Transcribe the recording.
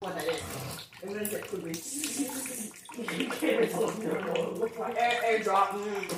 what that is. It was a could be. Look like air, airdrop.